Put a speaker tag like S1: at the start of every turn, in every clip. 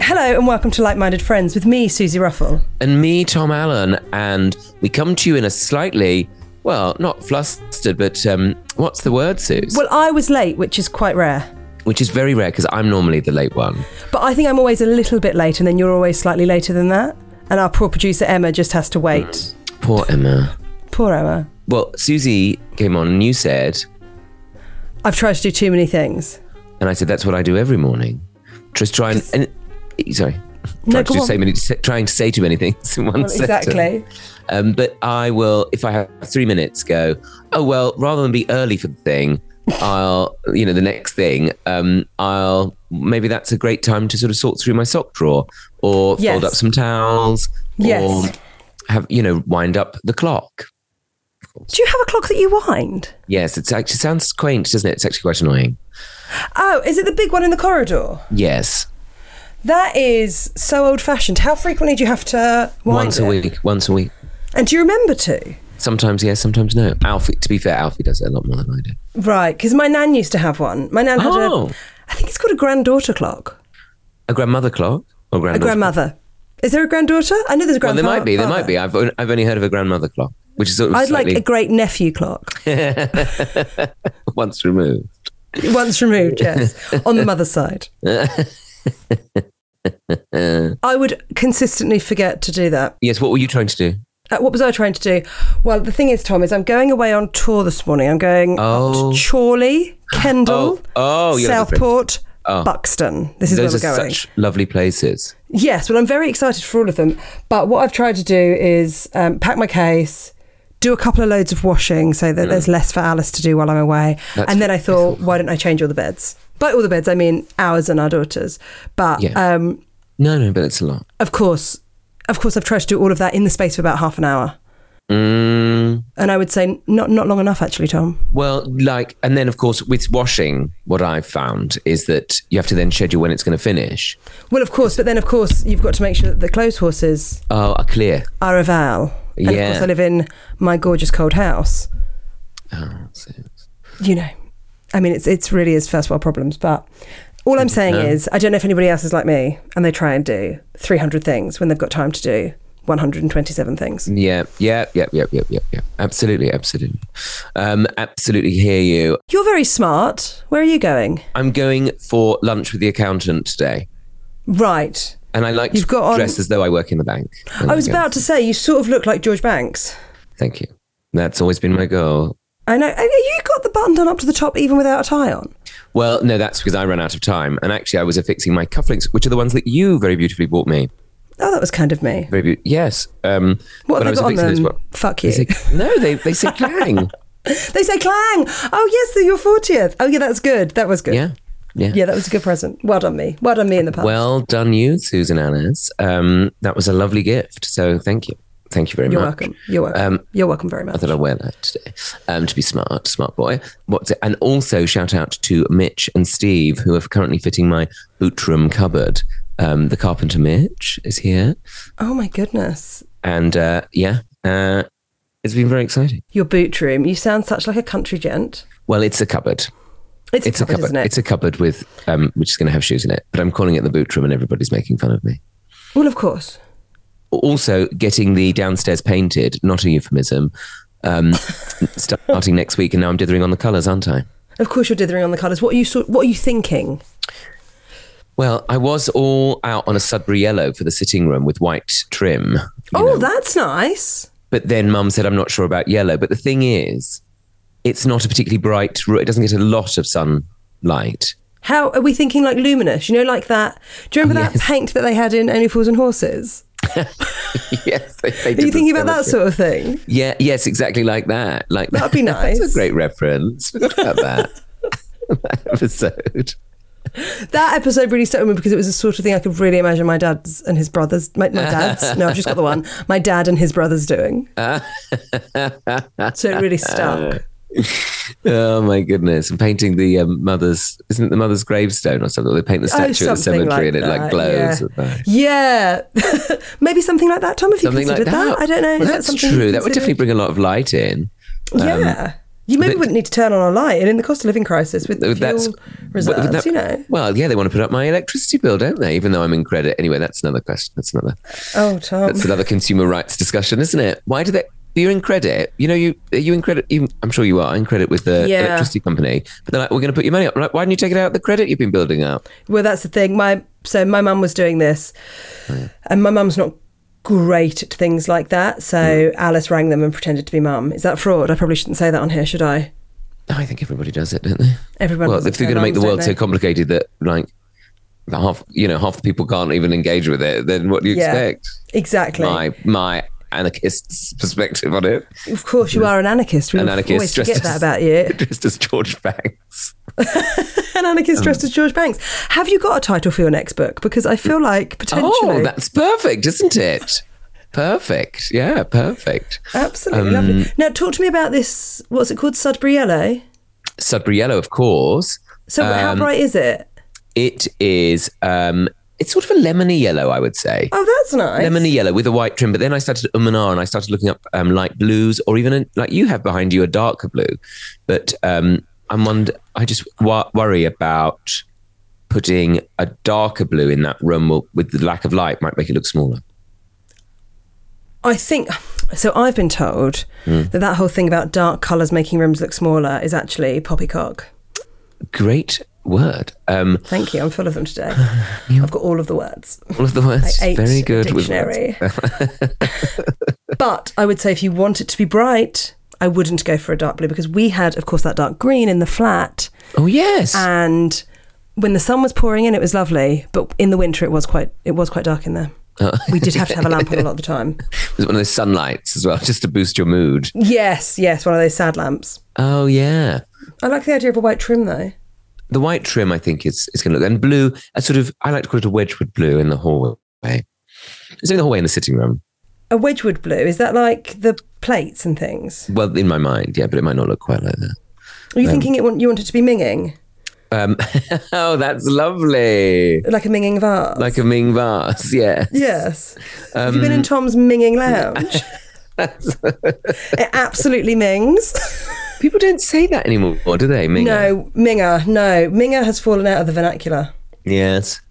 S1: Hello and welcome to Like Minded Friends with me, Susie Ruffle.
S2: and me, Tom Allen, and we come to you in a slightly, well, not flustered, but um, what's the word, Suze?
S1: Well, I was late, which is quite rare,
S2: Which is very rare because I'm normally the late one.
S1: but I think I'm always a little bit late, and then you're always slightly later than that. And our poor producer Emma just has to wait.
S2: Mm. Poor Emma.
S1: Poor Emma.
S2: Well, Susie came on and you said,
S1: I've tried to do too many things.
S2: and I said, that's what I do every morning. Just try and, and sorry.
S1: No,
S2: trying, to
S1: go
S2: do
S1: on.
S2: so many, trying to say too many things in one
S1: Well,
S2: sentence.
S1: exactly.
S2: Um, but I will, if I have three minutes, go, oh, well, rather than be early for the thing, I'll, you know, the next thing, um, I'll, maybe that's a great time to sort of sort through my sock drawer or
S1: Yes.
S2: fold up some towels
S1: Yes.
S2: or have, you know, wind up the clock.
S1: Do you have a clock that you wind?
S2: Yes, it's actually sounds quaint, doesn't it? It's actually quite annoying.
S1: Oh, is it the big one in the corridor?
S2: Yes.
S1: That is so old fashioned. How frequently do you have to wind
S2: once a
S1: it?
S2: week, once a week.
S1: And do you remember to?
S2: Sometimes yes, sometimes no. Alfie, to be fair, Alfie does it a lot more than I do.
S1: Right, because my nan used to have one. My nan had a,
S2: Oh.
S1: I think it's called a granddaughter clock.
S2: A grandmother clock or
S1: A
S2: granddaughter?
S1: grandmother. Is there a granddaughter? I know there's a
S2: Well,
S1: grandfather.
S2: there might be. There might be. I've on- I've only heard of a grandmother clock, which is sort of
S1: I'd
S2: slightly
S1: like a great nephew clock,
S2: once removed.
S1: once removed, yes, on the mother's side. I would consistently forget to do that.
S2: Yes. What were you trying to do?
S1: Uh, what was I trying to do? Well, the thing is, Tom, is I'm going away on tour this morning. I'm going up
S2: Oh.
S1: to Chorley, Kendal,
S2: Oh, oh, you're the friend.
S1: Southport, Buxton. This is
S2: Those
S1: where
S2: are
S1: we're going.
S2: such lovely places.
S1: Yes, well, I'm very excited for all of them. But what I've tried to do is um, pack my case, do a couple of loads of washing so that there's less for Alice to do while I'm away.
S2: Mm. That's
S1: and then I thought, why don't I change all the beds? By all the beds, I mean ours and our daughters. But
S2: Yeah.
S1: um,
S2: No, no, but it's a lot.
S1: of course, of course, I've tried to do all of that in the space of about half an hour.
S2: Mm,
S1: And I would say not not long enough, actually, Tom.
S2: well, like, and then of course with washing, what I've found is that you have to then schedule when it's going to finish.
S1: Well, of course, but then of course you've got to make sure that the clothes horses
S2: Oh, uh, clear.
S1: are of Al. And of
S2: Yeah.
S1: course, I live in my gorgeous cold house.
S2: Oh, so-
S1: you know, I mean, it's it's really is first world problems. But all I'm saying is, I don't know if anybody else is like me, and they try and do 300 things when they've got time to do 127 things.
S2: yeah, yeah, yeah, yeah, yeah, yeah, yeah. Absolutely, absolutely, um, absolutely. Hear you.
S1: You're very smart. Where are you going?
S2: I'm going for lunch with the accountant today.
S1: Right.
S2: And I like
S1: You've
S2: to
S1: got on-
S2: dress as though I work in the bank. And
S1: I was
S2: go,
S1: about to say you sort of look like George Banks.
S2: Thank you. That's always been my goal.
S1: I know. I- You got the button done up to the top even without a tie on.
S2: Well, no, that's because I ran out of time. And actually, I was affixing my cufflinks, which are the ones that you very beautifully bought me.
S1: Oh, that was kind of me.
S2: Very beautiful. Yes. Um,
S1: What
S2: but I
S1: have
S2: was
S1: they got on
S2: affixing
S1: them?
S2: those-
S1: Fuck you.
S2: They say, no, they, they say clang.
S1: They say clang. Oh yes, they're your fortieth. Oh yeah, that's good. That was good.
S2: yeah. Yeah.
S1: Yeah, that was a good present. Well done me. Well done me in the past.
S2: Well done, you, Susan Annes. Um, that was a lovely gift. So thank you. Thank you very
S1: You're
S2: much.
S1: welcome. You're welcome.
S2: uh, Um,
S1: You're welcome very
S2: I
S1: much.
S2: thought I'd wear that today um, to be smart, smart boy. What's it? And also shout out to Mitch and Steve who are currently fitting my boot room cupboard. Um, the carpenter Mitch is here,
S1: Oh my goodness.
S2: and uh, yeah, uh, it's been very exciting.
S1: Your boot room. You sound such like a country gent.
S2: Well, it's a cupboard.
S1: It's, a cupboard, isn't it?
S2: It's a cupboard with um, which is going to have shoes in it. But I'm calling it the boot room, and everybody's making fun of me.
S1: well, of course.
S2: Also, getting the downstairs painted, not a euphemism. Um, starting next week, and now I'm dithering on the colours, aren't I?
S1: Of course, you're dithering on the colours. What are you? So, what are you thinking?
S2: Well, I was all out on a Sudbury yellow for the sitting room with white trim. you
S1: oh,
S2: know.
S1: that's nice.
S2: But then mum said, I'm not sure about yellow. But the thing is, it's not a particularly bright, ro- it doesn't get a lot of sunlight.
S1: How are we thinking? Like luminous, you know, like that. Do you
S2: Oh,
S1: remember that paint that they had in Only Fools and Horses?
S2: yes. They, they
S1: Are
S2: did
S1: you
S2: the
S1: thinking about that
S2: skeleton.
S1: sort of thing?
S2: Yeah, yes, exactly like that. Like
S1: That'd be
S2: That's
S1: nice.
S2: a great reference. Forgot about that. that episode.
S1: That episode really stuck with me because it was the sort of thing I could really imagine my dad's and his brothers, my, my dad's. no, I've just got the one. My dad and his brothers doing. so it really stuck.
S2: Oh my goodness! And painting the um, mother's isn't it the mother's gravestone or something? They paint the
S1: Oh,
S2: statue at the
S1: something
S2: cemetery and it like
S1: that,
S2: glows. at
S1: Yeah,
S2: that.
S1: Yeah. maybe something like that. Tom, have you
S2: Something like
S1: considered
S2: that.
S1: I don't know.
S2: Well,
S1: Is that
S2: that's
S1: something
S2: true.
S1: you
S2: That would definitely
S1: considered?
S2: bring a lot of light in.
S1: Yeah. You maybe wouldn't need to turn on a light, and in the cost of living crisis with fuel
S2: Th- that's
S1: reserves,
S2: that-
S1: you know.
S2: Well, yeah, they want to put up my electricity bill, don't they? Even though I'm in credit. Anyway, that's another question. That's another.
S1: Oh, Tom.
S2: That's another consumer rights discussion, isn't it? Why do they? You're in credit. You know, you are you in credit. You, I'm sure you are in credit with the
S1: Yeah.
S2: electricity company. But they're like, we're going to put your money up. I'm like, why didn't you take it out of the credit you've been building up?
S1: Well, that's the thing. My so my mum was doing this,
S2: Oh,
S1: and my mum's not great at things like that.
S2: Hmm.
S1: So Alice rang them and pretended to be mum. Is that fraud? I probably shouldn't say that on here, should I?
S2: I think everybody does it, don't they?
S1: Everyone.
S2: well,
S1: does it
S2: if they're
S1: to
S2: going to
S1: their
S2: make the
S1: mums,
S2: world
S1: don't
S2: so
S1: they?
S2: complicated that like half, you know, half the people can't even engage with it, then what do you
S1: Yeah.
S2: expect?
S1: exactly.
S2: My my anarchist's perspective on it.
S1: Of course, you are an anarchist. We
S2: An
S1: always
S2: anarchist dressed
S1: forget that
S2: as-
S1: about you.
S2: Just as George Banks.
S1: An anarchist dressed as George Banks. Have you got a title for your next book? Because I feel like potentially,
S2: Oh, that's perfect, isn't it? Perfect. Yeah, perfect.
S1: absolutely lovely. Now, talk to me about this. What's it called? Sudbury Yellow.
S2: Sudbury Yellow, of course.
S1: So, how bright is it?
S2: It is um it's sort of a lemony yellow, I would say.
S1: Oh, that's nice.
S2: Lemony yellow with a white trim, but then I started um and ah, and I started looking up um, light blues, or even a, like you have behind you a darker blue. But um, I'm wonder, I just wa- worry about putting a darker blue in that room will- with the lack of light might make it look smaller.
S1: I think so. I've been told that that whole thing about dark colours making rooms look smaller is actually poppycock.
S2: Great word. Um,
S1: Thank you. I'm full of them today. I've got all of the words.
S2: all of the words
S1: Eight
S2: very good with words.
S1: dictionary. but I would say if you want it to be bright, I wouldn't go for a dark blue because we had, of course, that dark green in the flat,
S2: Oh yes.
S1: and when the sun was pouring in, it was lovely. But in the winter, it was quite it was quite dark in there.
S2: Oh.
S1: we did have to have a lamp on a lot of the time.
S2: It's one of those sunlights as well, just to boost your mood.
S1: Yes, yes, one of those sad lamps.
S2: Oh yeah,
S1: I like the idea of a white trim though.
S2: the white trim I think is is going to look and blue. A sort of I like to call it a Wedgwood blue in the hallway. It's in the hallway in the sitting room.
S1: A Wedgwood blue, is that like the plates and things?
S2: Well, in my mind, yeah, but it might not look quite like that.
S1: Are you thinking it want, you want it to be minging?
S2: Um, oh, that's lovely,
S1: Like a minging vase?
S2: like a Ming vase. Yeah,
S1: yes. Have you been
S2: Um,
S1: in Tom's minging lounge? it absolutely mings.
S2: people don't say that anymore, do they? Ming.
S1: No, minger, no. Minger has fallen out of the vernacular.
S2: Yes.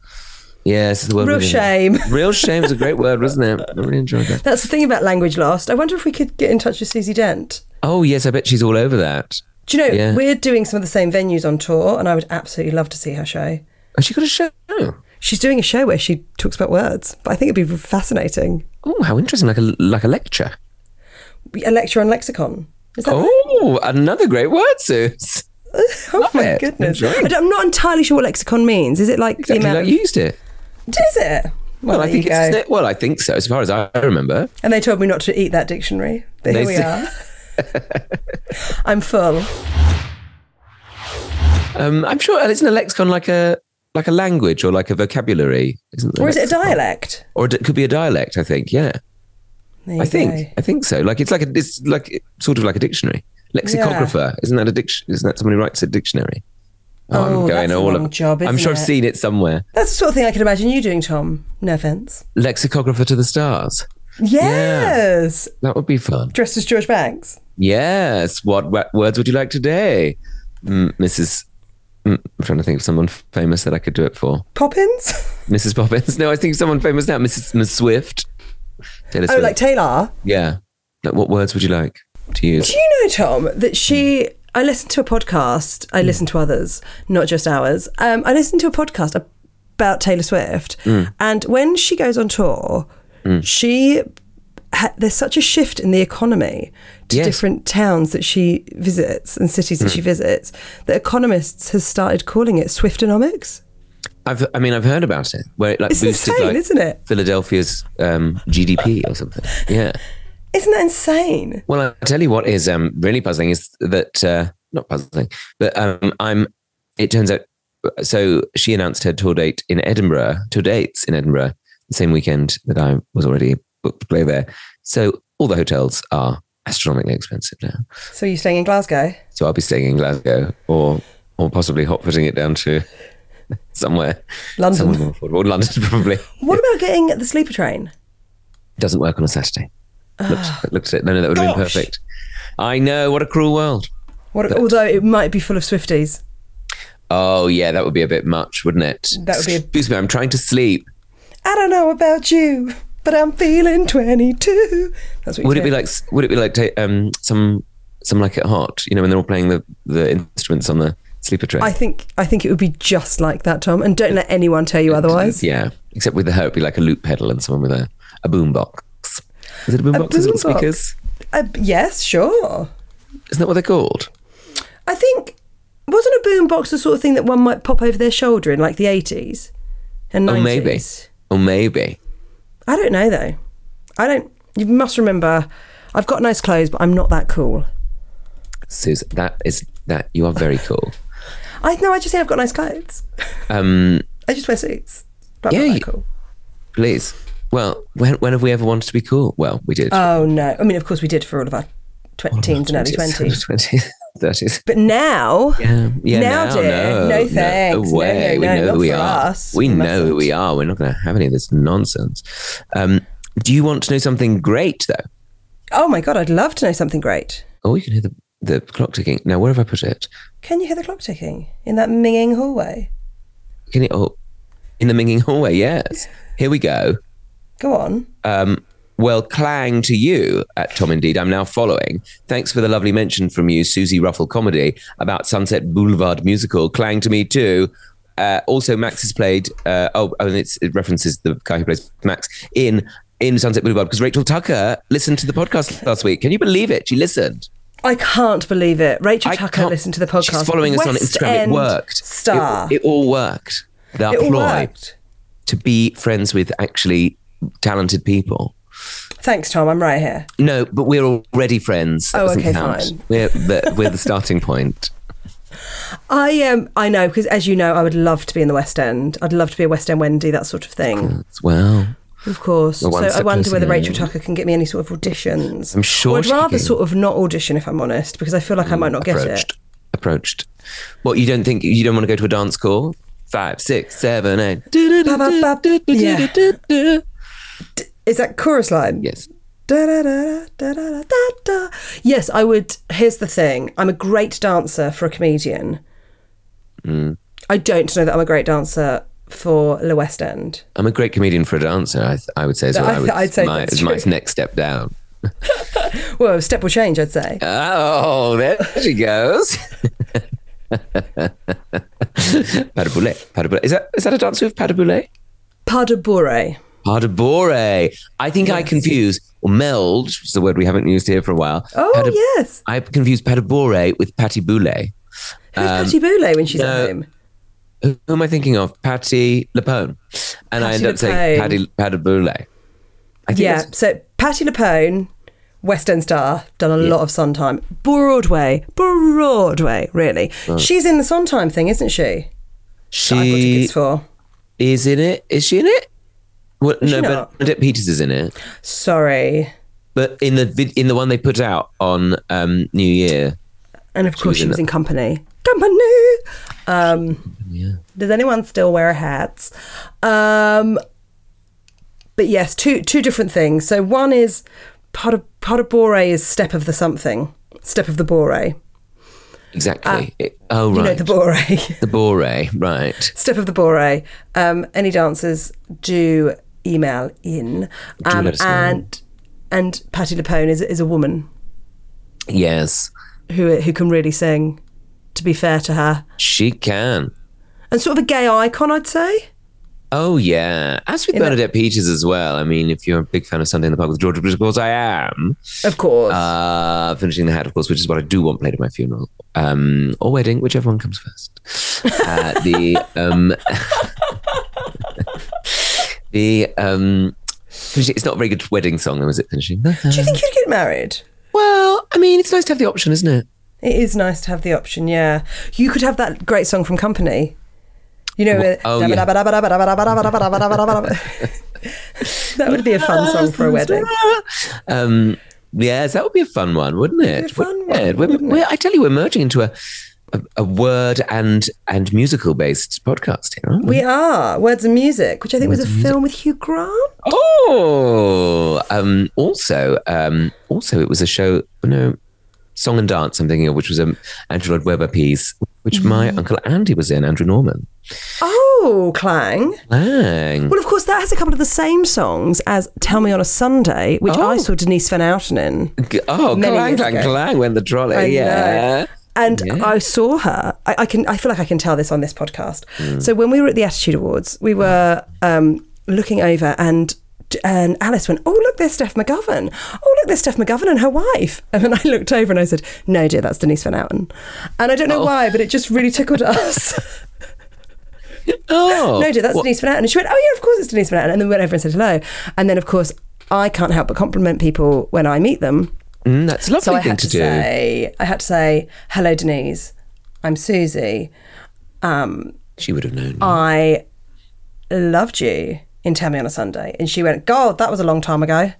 S2: Yes, the word
S1: Real
S2: we're gonna-
S1: shame.
S2: Real shame is a great word, wasn't it? I really enjoyed that.
S1: That's the thing about language lost. I wonder if we could get in touch with Susie Dent.
S2: Oh yes, I bet she's all over that.
S1: Do you know,
S2: Yeah.
S1: we're doing some of the same venues on tour, and I would absolutely love to see her show.
S2: Has Oh, she got a show? Oh,
S1: She's doing a show where she talks about words, but I think it'd be fascinating.
S2: Oh, how interesting! Like a like a lecture.
S1: A lecture on lexicon. Is that
S2: Oh, another great word, Suze.
S1: Oh
S2: Love
S1: my
S2: it.
S1: goodness!
S2: Enjoy.
S1: I am not entirely sure what lexicon means. Is it like
S2: Exactly
S1: the
S2: like
S1: amount?
S2: you used it.
S1: of, is it?
S2: Well,
S1: Well,
S2: I think it's sna- well, I think so. As far as I remember,
S1: And they told me not to eat that dictionary, but
S2: They
S1: here we
S2: say-
S1: are. I'm full.
S2: um, I'm sure isn't a lexicon like a like a language or like a vocabulary, isn't there?
S1: Or is it a dialect?
S2: Or it could be a dialect. I think. Yeah,
S1: There you
S2: I think.
S1: go.
S2: I think so. Like it's like a, it's like sort of like a dictionary. Lexicographer, isn't that a diction? Isn't that somebody who writes a dictionary?
S1: Oh, that's a long job,
S2: I'm
S1: isn't
S2: sure
S1: it?
S2: I've seen it somewhere.
S1: That's the sort of thing I could imagine you doing, Tom. No offense.
S2: Lexicographer to the stars.
S1: Yes,
S2: That would be fun.
S1: dressed as George Banks.
S2: Yes. What, wo- words would you like today, M- Mrs. Mm, I'm trying to think of someone famous that I could do it for.
S1: Poppins?
S2: Mrs. Poppins. No, I think someone famous now. Mrs. Miss Swift. Taylor
S1: oh,
S2: Swift.
S1: like Taylor.
S2: yeah. Like, what words would you like to use?
S1: Do you know, Tom, that she. I listened to a podcast. I listened to others, not just ours. Um, I listened to a podcast about Taylor Swift. And when she goes on tour, Mm. she. Ha- there's such a shift in the economy to
S2: Yes.
S1: different towns that she visits and cities that she visits that economists has started calling it Swiftonomics.
S2: I've, I mean, I've heard about it where it like
S1: It's
S2: boosted
S1: insane,
S2: like
S1: isn't it?
S2: Philadelphia's um, GDP or something. Yeah.
S1: Isn't that insane?
S2: Well, I tell you what is um, really puzzling is that uh, not puzzling, but um, I'm. It turns out, so she announced her tour date in Edinburgh, tour dates in Edinburgh, the same weekend that I was already booked to play there. So all the hotels are astronomically expensive now.
S1: So you're staying in Glasgow?
S2: So I'll be staying in Glasgow, or or possibly hot footing it down to somewhere,
S1: London.
S2: somewhere more affordable. London probably
S1: What about getting the sleeper train?
S2: doesn't work on a Saturday. Looked, looked at it. No, no, that would have been
S1: Ah. Gosh.
S2: perfect. I know. What a cruel world.
S1: What, although it might be full of Swifties.
S2: Oh yeah, that would be a bit much, wouldn't it?
S1: That would be a-
S2: Excuse me, I'm trying to sleep.
S1: I don't know about you, but I'm feeling 22. That's what you
S2: Would it
S1: say.
S2: be like? Would it be like ta- um some some like it hot? You know, when they're all playing the the instruments on the sleeper train.
S1: I think I think it would be just like that, Tom. And don't let anyone tell you otherwise.
S2: Yeah, except with the hurt, it'd be like a loop pedal and someone with a a boombox. Is it a boombox? Is it on
S1: boombox.
S2: speakers?
S1: Uh, yes, sure.
S2: Isn't that what they're called?
S1: I think wasn't a boombox the sort of thing that one might pop over their shoulder in like the 80s and 90s?
S2: Or Oh, maybe. Or maybe.
S1: I don't know though. I don't. You must remember, I've got nice clothes, but I'm not that cool.
S2: Suze, that is that you are very cool.
S1: I no, I just say I've got nice clothes.
S2: Um,
S1: I just wear suits. But I'm
S2: Yeah,
S1: not
S2: you-
S1: that cool.
S2: please. Well, when when have we ever wanted to be cool? Well, we did.
S1: Oh no! I mean, of course we did for all of our tw- teens and early twenties.
S2: 20s, 30s.
S1: But now,
S2: Yeah, Um, yeah,
S1: now, dear,
S2: no,
S1: no, thanks, no,
S2: way.
S1: no,
S2: we
S1: no,
S2: know
S1: not
S2: who we
S1: for
S2: are.
S1: us.
S2: We,
S1: We
S2: know who
S1: mustn't.
S2: we are. We're not going to have any of this nonsense. Um, do you want to know something great though?
S1: oh my god, I'd love to know something great.
S2: Oh, you can hear the the clock ticking. Now, where have I put it?
S1: Can you hear the clock ticking in that minging hallway?
S2: Can you? Oh, in the minging hallway. Yes. Here we go.
S1: Go on.
S2: Um, well, clang to you at Tom Indeed. I'm now following. Thanks for the lovely mention from you, Susie Ruffle Comedy, about Sunset Boulevard musical. Clang to me too. Uh, also, Max has played. Uh, oh, oh, and it's, it references the guy who plays Max in in Sunset Boulevard because Rachel Tucker listened to the podcast last week. Can you believe it? She listened.
S1: I can't believe it. Rachel
S2: I
S1: Tucker
S2: can't-
S1: listened to the podcast.
S2: She's following us on
S1: West
S2: Instagram.
S1: End
S2: it worked. It-
S1: Star.
S2: It, all worked. The
S1: It all
S2: ploy
S1: worked.
S2: to be friends with actually talented people.
S1: Thanks, Tom. I'm right here.
S2: No, but we're already friends. That
S1: Oh,
S2: doesn't
S1: okay,
S2: count.
S1: fine.
S2: We're the, we're the starting point.
S1: I Um, I know because, as you know, I would love to be in the West End. I'd love to be a West End Wendy, that sort of thing.
S2: As well,
S1: Of course. So
S2: one
S1: I
S2: step
S1: wonder
S2: closer,
S1: whether
S2: yeah.
S1: Rachel Tucker can get me any sort of auditions.
S2: I'm sure
S1: Or I'd
S2: she
S1: rather
S2: can.
S1: sort of not audition if I'm honest, because I feel like I might not get
S2: approached.
S1: it.
S2: Approached. What you don't think you don't want to go to a dance call? Five, six, seven, eight.
S1: ba, ba. Yeah. Is that chorus line?
S2: Yes.
S1: Da, da, da, da, da, da, da, da. Yes, I would. Here's the thing I'm a great dancer for a comedian.
S2: Hmm.
S1: I don't know that I'm a great dancer for the West End.
S2: I'm a great comedian for a dancer. I, th- I would say as
S1: No,
S2: well.
S1: I
S2: I
S1: th-
S2: would,
S1: I'd say
S2: my,
S1: that's
S2: my
S1: true.
S2: next step down.
S1: Well, step will change, I'd say.
S2: Oh, there she goes. pas de boulet, pas de boulet. Is that is that a dance with pas de boulet?
S1: Pas de bourrée.
S2: Pas de bourrée. I think I confuse or meld, which is the word we haven't used here for a while.
S1: Oh,
S2: Pas de-
S1: yes.
S2: I confuse pas de bourrée with patty boulet.
S1: Who's Patty Boulay when she's
S2: Um, no,
S1: at home?
S2: Who who am I thinking of? Patty Lapone. And I
S1: Patti
S2: end up saying
S1: LuPone.
S2: patty pas de boulet. I think
S1: Yeah,
S2: that's-
S1: so Patty Lapone, West End star, done a lot of Sondheim. Broadway, Broadway, really. She's in the Sondheim thing, isn't she? That I've got
S2: she
S1: tickets for.
S2: is in it. Is she in it? Well, no,
S1: not?
S2: Benedict Peters is in it.
S1: Sorry.
S2: But in the vid- in the one they put out on um, New Year,
S1: And of course, she
S2: in
S1: was in company. Company! Um, Does anyone still wear hats? Um, but yes, two two different things. So one is Pot of, pot of Bore is Step of the Something, Step of the Bore.
S2: exactly. It- oh, right.
S1: Ah. You know, the Bore.
S2: the Bore, right.
S1: Step of the Bore. Um, any dancers do email in. Um,
S2: let us know.
S1: and and Patty Lapone is is a woman
S2: Yes,
S1: who who can really sing. To be fair to her,
S2: she can.
S1: and sort of a gay icon, I'd say.
S2: Oh, yeah. As with Bernadette Peters as well. I mean, if you're a big fan of Sunday in the Park with Georgia, which of course I am,
S1: Of course,
S2: uh, finishing the hat, of course, which is what I do want played at my funeral um, or wedding, whichever one comes first. Uh, the um, the um, finishing- it's not a very good wedding song, though, is it? Finishing the
S1: do you
S2: hat.
S1: think you'd get married?
S2: Well, I mean, it's nice to have the option, isn't it?
S1: It is nice to have the option, yeah. You could have that great song from Company. You know, with-
S2: Oh, yeah.
S1: that would be a fun song for a wedding.
S2: um, yes, that would be a fun one, wouldn't it?
S1: be a fun
S2: Wouldn't
S1: one,
S2: it? We're- we're- I tell you, we're merging into a a, a word and and musical based podcast here, aren't we?
S1: We are Words and Music, which I think was a film with Hugh Grant.
S2: Oh, um, also, um, also, it was a show. oh No, song and dance. I'm thinking of, which was an Andrew Lloyd Webber piece, which
S1: Mm-hmm.
S2: my uncle Andy was in. Andrew Norman.
S1: Oh, Clang.
S2: Lang.
S1: Well, of course, that has a couple of the same songs as Tell Me on a Sunday, which I
S2: Oh.
S1: saw Denise Van Outen in.
S2: G- Oh,
S1: many
S2: clang,
S1: years
S2: clang,
S1: ago.
S2: clang! When the trolley,
S1: I know.
S2: yeah.
S1: And I saw her. I, I can. I feel like I can tell this on this podcast.
S2: Hmm.
S1: So when we were at the Attitude Awards, we were um, looking over, and and Alice went, "Oh look, there's Steph McGovern. Oh look, there's Steph McGovern and her wife." And then I looked over and I said, "No, dear, that's Denise Van Outen." And I don't know why, but it just really tickled us.
S2: Oh,
S1: no, dear, that's Denise Van Outen. And she went, "Oh yeah, of course it's Denise Van Outen." And then we went over and said hello. And then of course, I can't help but compliment people when I meet them.
S2: Mm, that's a lovely
S1: So I
S2: thing
S1: had
S2: to,
S1: to,
S2: do.
S1: say, I had to say, "Hello, Denise. I'm Susie.
S2: She would have known.
S1: I loved you in Tell Me on a Sunday." And she went, "God, that was a long time ago."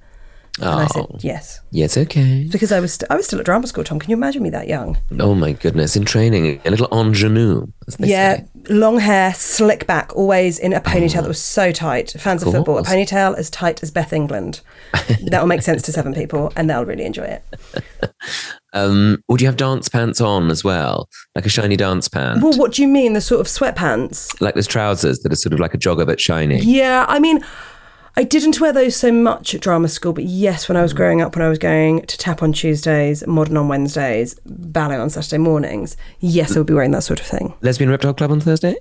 S1: And I said,
S2: Oh.
S1: "Yes,
S2: yes, okay.
S1: because I was st- I was still at drama school. Tom, can you imagine me that young?
S2: Oh my goodness, in training, a little ingenue. As they
S1: yeah,
S2: say.
S1: long hair, slick back, always
S2: Oh,
S1: in a ponytail that was so tight. Fans of, football, a
S2: course.
S1: ponytail as tight as Beth England. that will make sense to seven people, and they'll really enjoy it.
S2: Um, would you have dance pants on as well, like a shiny dance pant,
S1: Well, what do you mean the sort of sweatpants?
S2: like those trousers that are sort of like a jogger but shiny?
S1: Yeah, I mean, I didn't wear those so much at drama school, but yes, when I was
S2: Mm.
S1: growing up, when I was going to tap on Tuesdays, modern on Wednesdays, ballet on Saturday mornings, yes, I would be wearing that sort of thing.
S2: Lesbian Reptile Club on Thursday?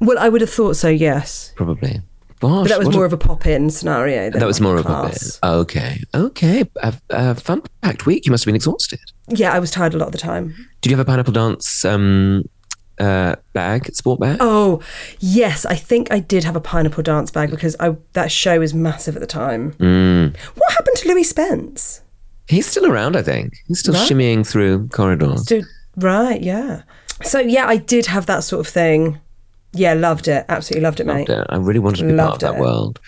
S1: Well, I would have thought so, yes.
S2: Probably. Gosh,
S1: But that was
S2: what
S1: more
S2: a-
S1: of a pop in scenario. Than
S2: that was
S1: like
S2: more
S1: class.
S2: of a bit. Okay, okay. A, a fun packed week. You must have been exhausted.
S1: Yeah, I was tired a lot of the time.
S2: Did you have a pineapple dance um, uh, bag, sport bag?
S1: Oh, yes, I think I did have a pineapple dance bag because I, that show was massive at the time. What happened to Louis Spence?
S2: He's still around, I think. He's still shimmying through corridors.
S1: Dude, right, yeah. So yeah, I did have that sort of thing. Yeah, loved it. Absolutely loved it, mate.
S2: loved it. I really wanted to be part of
S1: Loved
S2: that
S1: it.
S2: world.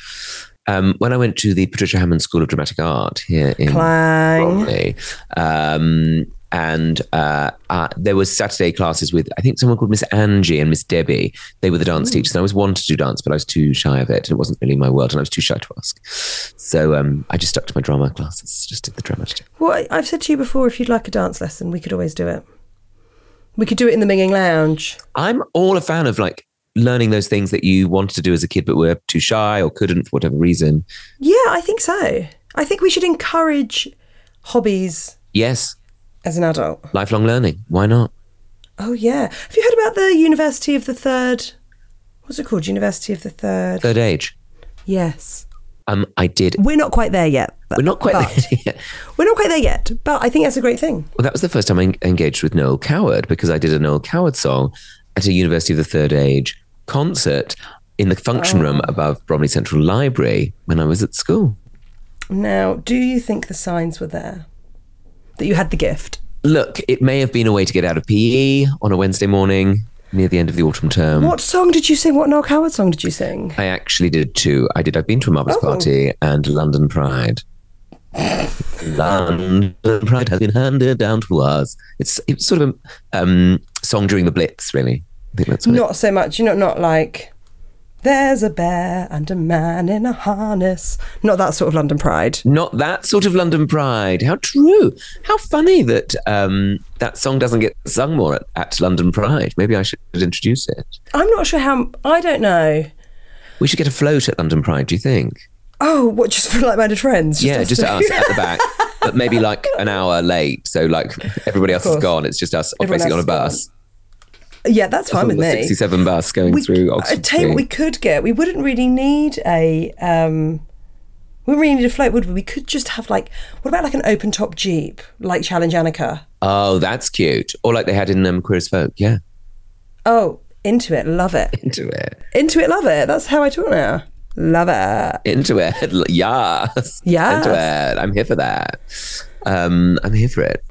S2: Um, when I went to the Patricia Hammond School of Dramatic Art here in
S1: Clang.
S2: Bromley, um, and uh, uh, there were Saturday classes with I think someone called Miss Angie and Miss Debbie. They were the dance
S1: Hmm.
S2: teachers, and I always wanted to do dance, but I was too shy of it. It wasn't really my world, and I was too shy to ask. So um, I just stuck to my drama classes. Just did the drama. stuff.
S1: Well, I- I've said to you before, if you'd like a dance lesson, we could always do it. We could do it in the Minging Lounge.
S2: I'm all a fan of like learning those things that you wanted to do as a kid, but were too shy or couldn't for whatever reason.
S1: Yeah, I think so. I think we should encourage hobbies
S2: Yes,
S1: as an adult.
S2: lifelong learning. Why not?
S1: Oh yeah. Have you heard about the University of the Third? What's it called? University of the Third.
S2: Third age.
S1: Yes.
S2: Um, I did.
S1: We're not quite there yet. but-
S2: We're not quite
S1: but-
S2: there yet.
S1: We're not quite there yet, but I think that's a great thing.
S2: Well, that was the first time I en- engaged with Noel Coward because I did a Noel Coward song at a University of the Third Age concert in the function room above Bromley Central Library when I was at school.
S1: Now, do you think the signs were there that you had the gift?
S2: Look, it may have been a way to get out of PE on a Wednesday morning near the end of the autumn term.
S1: What song did you sing? What Noel Coward song did you sing?
S2: I actually did two. I did. I've been to a
S1: Oh.
S2: marvelous party and London Pride. London Pride has been handed down to us. It's it's sort of a um, song during the Blitz, really. I think that's what it-
S1: Not so much, you know, not like There's a bear and a man in a harness. Not that sort of London Pride.
S2: Not that sort of London Pride. How true. How funny that um, that song doesn't get sung more at, at London Pride. Maybe I should introduce it.
S1: I'm not sure how. I don't know.
S2: We should get a float at London Pride, do you think?
S1: Oh, what just for like-minded friends?
S2: yeah,
S1: us
S2: just
S1: three?
S2: us at the back, but maybe like an hour late. So, like, everybody else is
S1: course.
S2: gone. It's just us
S1: Everyone
S2: basically on a
S1: else
S2: bus.
S1: is yeah, that's fine
S2: on
S1: with
S2: the
S1: me.
S2: 67 bus going through
S1: I
S2: Oxford.
S1: tell you what, we
S2: Street.
S1: could get. We wouldn't really need a. Um, we wouldn't really need a float, would we? We could just have like, what about like an open top jeep, like Challenge Annika?
S2: oh, that's cute. Or like they had in um, Queer as Folk. Yeah.
S1: Oh, into it, love it.
S2: Into it.
S1: Into it, love it. That's how I talk now. Love it.
S2: Into it. Yes.
S1: Yes.
S2: Into it. I'm here for that. Um, I'm here for it.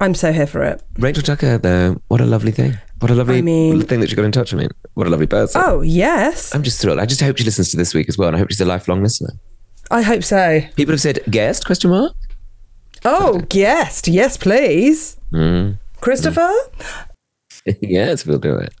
S1: I'm so here for it.
S2: Rachel Tucker, though, what a lovely thing. What a lovely
S1: I mean-
S2: thing that she got in touch with me. What a lovely person.
S1: Oh yes,
S2: I'm just thrilled. I just hope she listens to this week as well, and I hope she's a lifelong listener.
S1: I hope so.
S2: People have said guest question mark.
S1: Oh guest, yes please,
S2: Mm.
S1: Christopher.
S2: yes, we'll do it.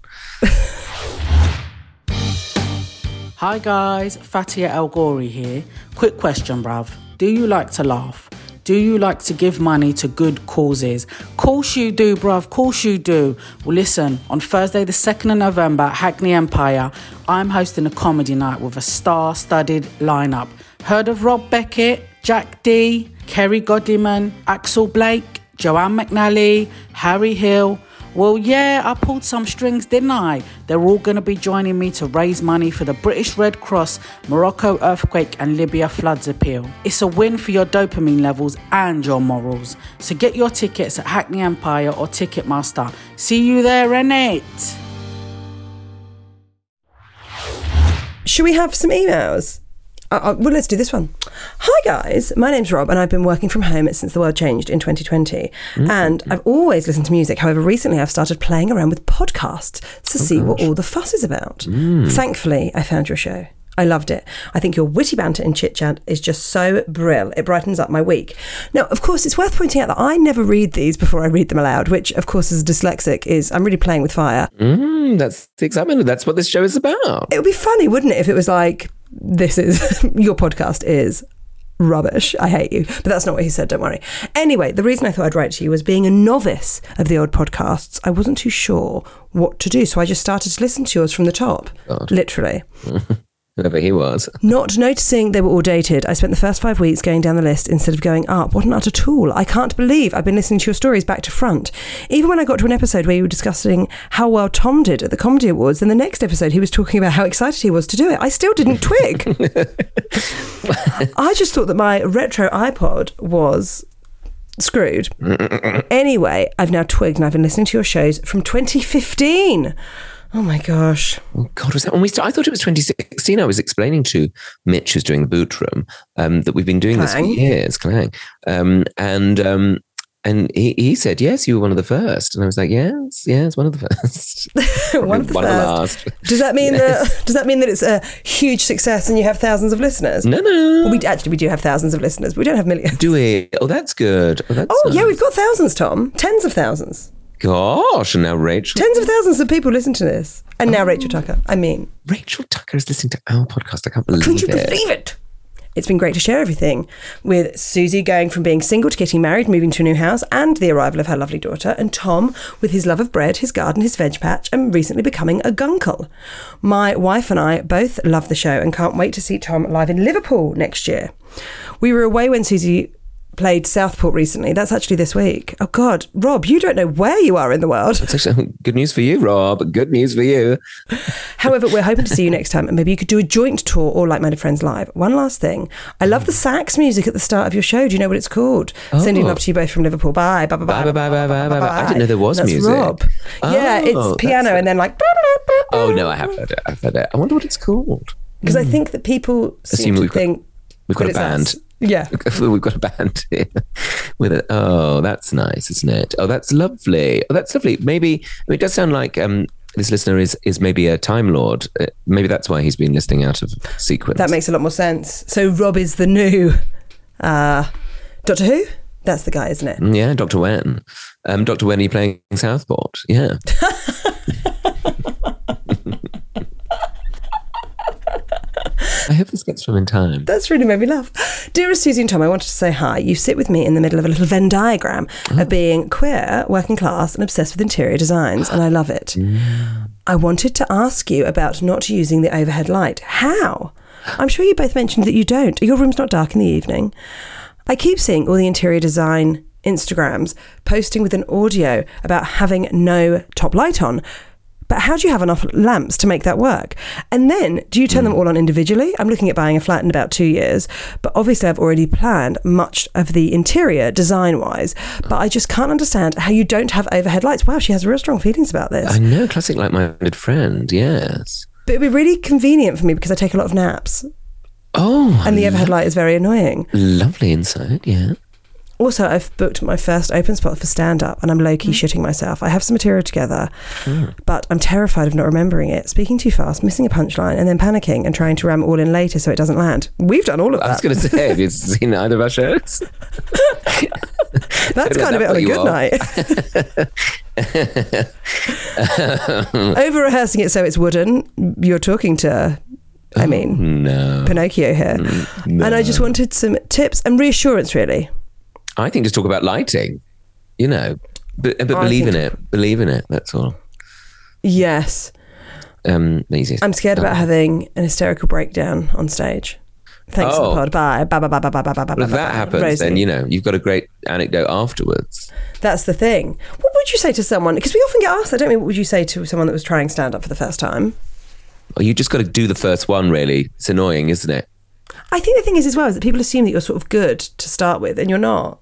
S3: Hi guys, Fatia El Ghori here. Quick question, bruv. Do you like to laugh? Do you like to give money to good causes? Course you do, bruv. Course you do. Well, listen, on Thursday, the 2nd of November at Hackney Empire, I'm hosting a comedy night with a star studded lineup. Heard of Rob Beckett, Jack D, Kerry Goddiman, Axel Blake, Joanne McNally, Harry Hill? Well, yeah, I pulled some strings, didn't I? They're all going to be joining me to raise money for the British Red Cross, Morocco earthquake, and Libya floods appeal. It's a win for your dopamine levels and your morals. So get your tickets at Hackney Empire or Ticketmaster. See you there, innit?
S1: Should we have some emails? Uh, uh, well, let's do this one. Hi, guys. My name's Rob, and I've been working from home since the world changed in 2020. And I've always listened to music. However, recently I've started playing around with podcasts to see what all the fuss is about. Thankfully, I found your show. I loved it. I think your witty banter and chit chat is just so brill. It brightens up my week. Now, of course, it's worth pointing out that I never read these before I read them aloud, which, of course, as a dyslexic, is I'm really playing with fire.
S2: Mm, that's the examiner. That's what this show is about.
S1: It would be funny, wouldn't it, if it was like, this is your podcast is rubbish. I hate you. But that's not what he said, don't worry. Anyway, the reason I thought I'd write to you was being a novice of the old podcasts, I wasn't too sure what to do. So I just started to listen to yours from the top, literally.
S2: Whoever he was.
S1: Not noticing they were all dated, I spent the first five weeks going down the list instead of going up. What an utter tool. I can't believe I've been listening to your stories back to front. Even when I got to an episode where you were discussing how well Tom did at the Comedy Awards, then the next episode he was talking about how excited he was to do it, I still didn't twig. I just thought that my retro iPod was screwed. anyway, I've now twigged and I've been listening to your shows from 2015. Oh my gosh.
S2: Oh God, was that when we started? I thought it was 2016. I was explaining to Mitch, who's doing the boot room, um, that we've been doing this for
S1: Clang.
S2: years, Clang. Um, and um, and he, he said, yes, you were one of the first. And I was like, yes, yes, one of the first.
S1: one of the
S2: One of the
S1: first.
S2: last.
S1: Does that mean
S2: Yes.
S1: that? Does that mean that it's a huge success and you have thousands of listeners?
S2: no, no.
S1: We actually we do have thousands of listeners. But we don't have millions.
S2: do it. Oh, that's good. Oh, that's
S1: Oh yeah,
S2: nice.
S1: we've got thousands, Tom. Tens of thousands.
S2: Gosh, and now Rachel.
S1: Tens of thousands of people listen to this. And now Rachel Tucker. I mean,
S2: Rachel Tucker is listening to our podcast. I can't believe
S1: couldn't you
S2: it.
S1: believe it? It's been great to share everything with Susie going from being single to getting married, moving to a new house, and the arrival of her lovely daughter, and Tom with his love of bread, his garden, his veg patch, and recently becoming a gunkle. My wife and I both love the show and can't wait to see Tom live in Liverpool next year. We were away when Susie played Southport recently. That's actually this week. Oh, God, Rob, you don't know where you are in the world.
S2: It's actually- oh, Good news for you, Rob. Good news for you.
S1: However, we're hoping to see you next time, and maybe you could do a joint tour or Like Minded Friends live. One last thing, I love the sax music at the start of your show. Do you know what it's called? Sending love to you both from Liverpool. Bye, bye, bye, bye,
S2: Oh. Bye, bye, bye, bye, bye, bye, bye. I didn't know there was
S1: That's
S2: music.
S1: Rob. yeah,
S2: Oh,
S1: it's piano,
S2: that's-
S1: and then like.
S2: Oh no, I have heard it. I've heard it. I wonder what it's called.
S1: Because I think that people
S2: Assume
S1: seem to
S2: we've got-
S1: think
S2: we've
S1: that
S2: got a
S1: it's us.
S2: band.
S1: Yeah.
S2: We've got a band here with it. Oh, that's nice, isn't it? Oh, that's lovely. Oh, that's lovely. Maybe I mean, it does sound like um, this listener is is maybe a time lord. Uh, maybe that's why he's been listening out of sequence.
S1: That makes a lot more sense. So Rob is the new uh, Doctor Who. That's the guy, isn't it?
S2: Mm, yeah, Doctor Wen. Um, Doctor Wen, are you playing Southport? Yeah. hope this gets from in time.
S1: That's really made me laugh. Dearest Susie and Tom, I wanted to say hi. You sit with me in the middle of a little Venn diagram of being queer, working class, and obsessed with interior designs, and I love it. I wanted to ask you about not using the overhead light. How? I'm sure you both mentioned that you don't. Your room's not dark in the evening. I keep seeing all the interior design Instagrams posting with an audio about having no top light on. But how do you have enough lamps to make that work? And then do you turn them all on individually? I'm looking at buying a flat in about two years, but obviously I've already planned much of the interior design wise. But I just can't understand how you don't have overhead lights. Wow, she has real strong feelings about
S2: I
S1: this.
S2: know, classic like-minded friend. Yes.
S1: But it'd be really convenient for me because I take a lot of naps
S2: Oh,
S1: and the overhead light is very annoying.
S2: lovely insight. Yeah.
S1: Also, I've booked my first open spot for stand up and I'm low
S2: Mm.
S1: key shitting myself. I have some material together, but I'm terrified of not remembering it, speaking too fast, missing a punchline, and then panicking and trying to ram it all in later so it doesn't land. We've done all of
S2: I was
S1: that.
S2: going to say, have you seen either of our shows?
S1: That's kind of it on
S2: That's what
S1: a
S2: you
S1: good
S2: are.
S1: night. Over rehearsing it so it's wooden, you're talking to, I mean,
S2: Oh, No. Mm,
S1: Pinocchio here. And I just wanted some tips and reassurance, really.
S2: I think just talk about lighting, you know, but, but
S1: I
S2: believe in
S1: think-
S2: it. Believe in it. That's all.
S1: Yes.
S2: Um, the easiest.
S1: I'm scared about having an hysterical breakdown on stage. Thanks for
S2: Oh.
S1: the pod. Bye. Bye. Bye. Bye. Bye. Bye. Bye. Bye. Bye.
S2: Well, if
S1: bye,
S2: that
S1: bye.
S2: happens, then
S1: Rosie.
S2: you know you've got a great anecdote afterwards.
S1: That's the thing. What would you say to someone? Because we often get asked. I don't mean what would you say to someone that was trying stand up for the first time.
S2: Or you just got to do the first one. Really, it's annoying, isn't it?
S1: I think the thing is as well is that people assume that you're sort of good to start with, and you're not.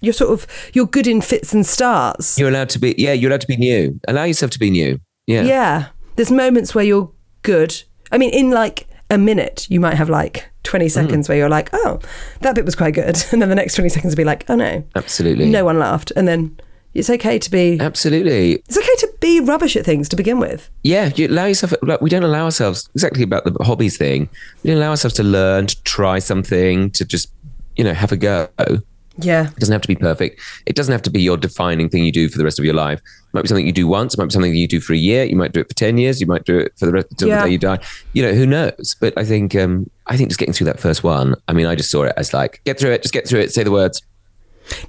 S1: You're sort of you're good in fits and starts.
S2: You're allowed to be. Yeah, you're allowed to be new. Allow yourself to be new. Yeah.
S1: yeah. There's moments where you're good. I mean, in like a minute, you might have like 20
S2: Mm.
S1: seconds where you're like, oh, that bit was quite good, and then the next 20 seconds would be like, oh no,
S2: Absolutely.
S1: no one laughed, and then it's okay to be
S2: Oh. Absolutely.
S1: It's okay to be rubbish at things to begin with.
S2: Yeah, you allow yourself. Like, we don't allow ourselves exactly about the hobbies thing. We don't allow ourselves to learn, to try something, to just you know have a go.
S1: Yeah.
S2: It doesn't have to be perfect. It doesn't have to be your defining thing you do for the rest of your life. It might be something you do once. It might be something you do for a year. You might do it for ten years. You might do it for the rest until
S1: Yeah.
S2: the day you die. You know who knows? But I think um, I think just getting through that first one. I mean, I just saw it as like get through it, just get through it, say the words.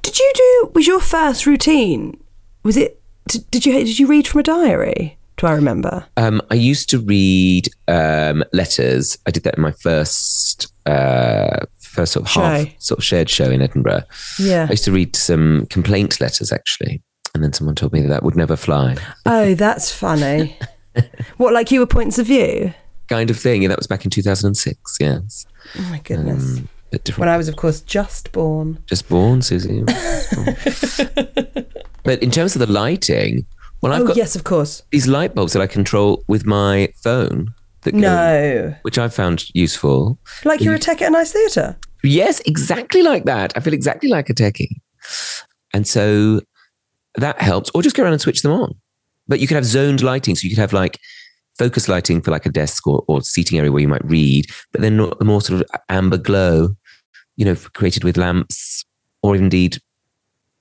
S1: Did you do? Was your first routine? Was it? Did, did you did you read from a diary? Do I remember?
S2: Um, I used to read um, letters. I did that in my first uh, first sort of half
S1: Show.
S2: sort of shared show in Edinburgh.
S1: Yeah.
S2: I used to read some complaint letters actually, and then someone told me that, that would never fly.
S1: Oh, that's funny. what, like you were points of view?
S2: kind of thing. Yeah, that was back in 2006. Yes.
S1: Oh my goodness.
S2: Um, bit different.
S1: when I was, of course, just born.
S2: Just born, Susie. but in terms of the lighting, well, I've
S1: oh
S2: got
S1: yes, of course.
S2: these light bulbs that I control with my phone. That go-
S1: No,
S2: Which I found useful.
S1: like you're a tech at a nice theatre.
S2: Yes, exactly like that. I feel exactly like a techie. And so that helps. Or just go around and switch them on. But you could have zoned lighting. So you could have like focus lighting for like a desk or, or seating area where you might read, but then not the more sort of amber glow, you know, created with lamps or indeed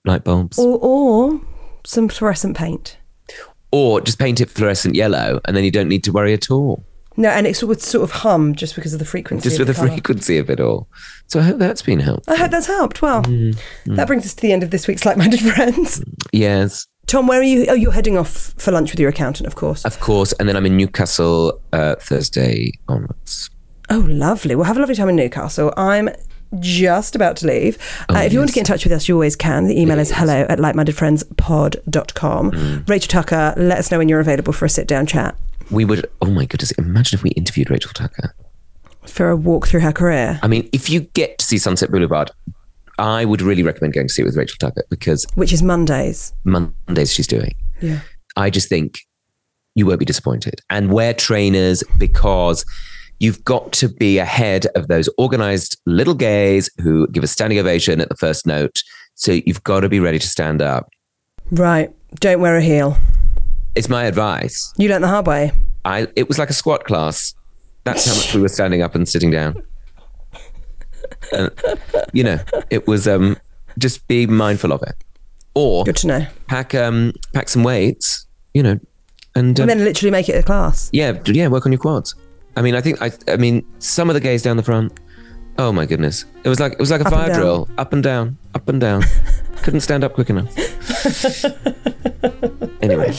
S2: light bulbs. Or,
S1: Or, or some fluorescent paint.
S2: just paint it fluorescent yellow and then you don't need to worry at all.
S1: No, and it would sort of hum just because of the frequency.
S2: Just
S1: of
S2: with the
S1: the colour.
S2: frequency of it all. So I hope that's been helpful.
S1: I hope that's helped. Well,
S2: Mm,
S1: that brings us to the end of this week's like-minded friends.
S2: Yes.
S1: Tom, where are you? Oh, you're heading off for lunch with your accountant, of course.
S2: Of course. And then I'm in Newcastle uh, Thursday onwards.
S1: Oh, lovely. Well, have a lovely time in Newcastle. I'm just about to leave.
S2: Oh,
S1: uh, if you want to get in touch with us, you always can. The email is hello at lightmindedfriendspod.com.
S2: Mm.
S1: Rachel Tucker, let us know when you're available for a sit down chat
S2: we would oh my goodness imagine if we interviewed rachel tucker
S1: for a walk through her career,
S2: i mean if you get to see sunset boulevard i would really recommend going to see it with rachel tucker because
S1: which is Mondays.
S2: mondays she's doing
S1: Yeah.
S2: i just think you won't be disappointed and wear trainers because you've got to be ahead of those organized little gays who give a standing ovation at the first note so you've got to be ready to stand up
S1: Right. Don't wear a heel.
S2: it's my advice
S1: You learnt the hard way.
S2: i it was like a squat class that's how much we were standing up and sitting down you know, it was um just be mindful of it. Or
S1: Good to know.
S2: pack um pack some weights, you know, and, um,
S1: And then literally make it a class.
S2: yeah, d- yeah, work on your quads. I mean, I think I. I mean, some of the gays down the front. Oh my goodness! It was like it was like a
S1: Up and
S2: fire
S1: down.
S2: drill, up and down, up and down. Couldn't stand up quick enough. anyway,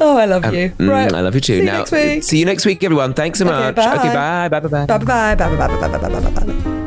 S1: Oh, I love
S2: um,
S1: you.
S2: mm,
S1: Right.
S2: I love you too.
S1: See you
S2: now,
S1: next week.
S2: see you next week, everyone. Thanks so
S1: Okay,
S2: much.
S1: bye.
S2: Okay, bye, bye, bye, bye.
S1: Bye bye bye bye bye bye bye bye bye.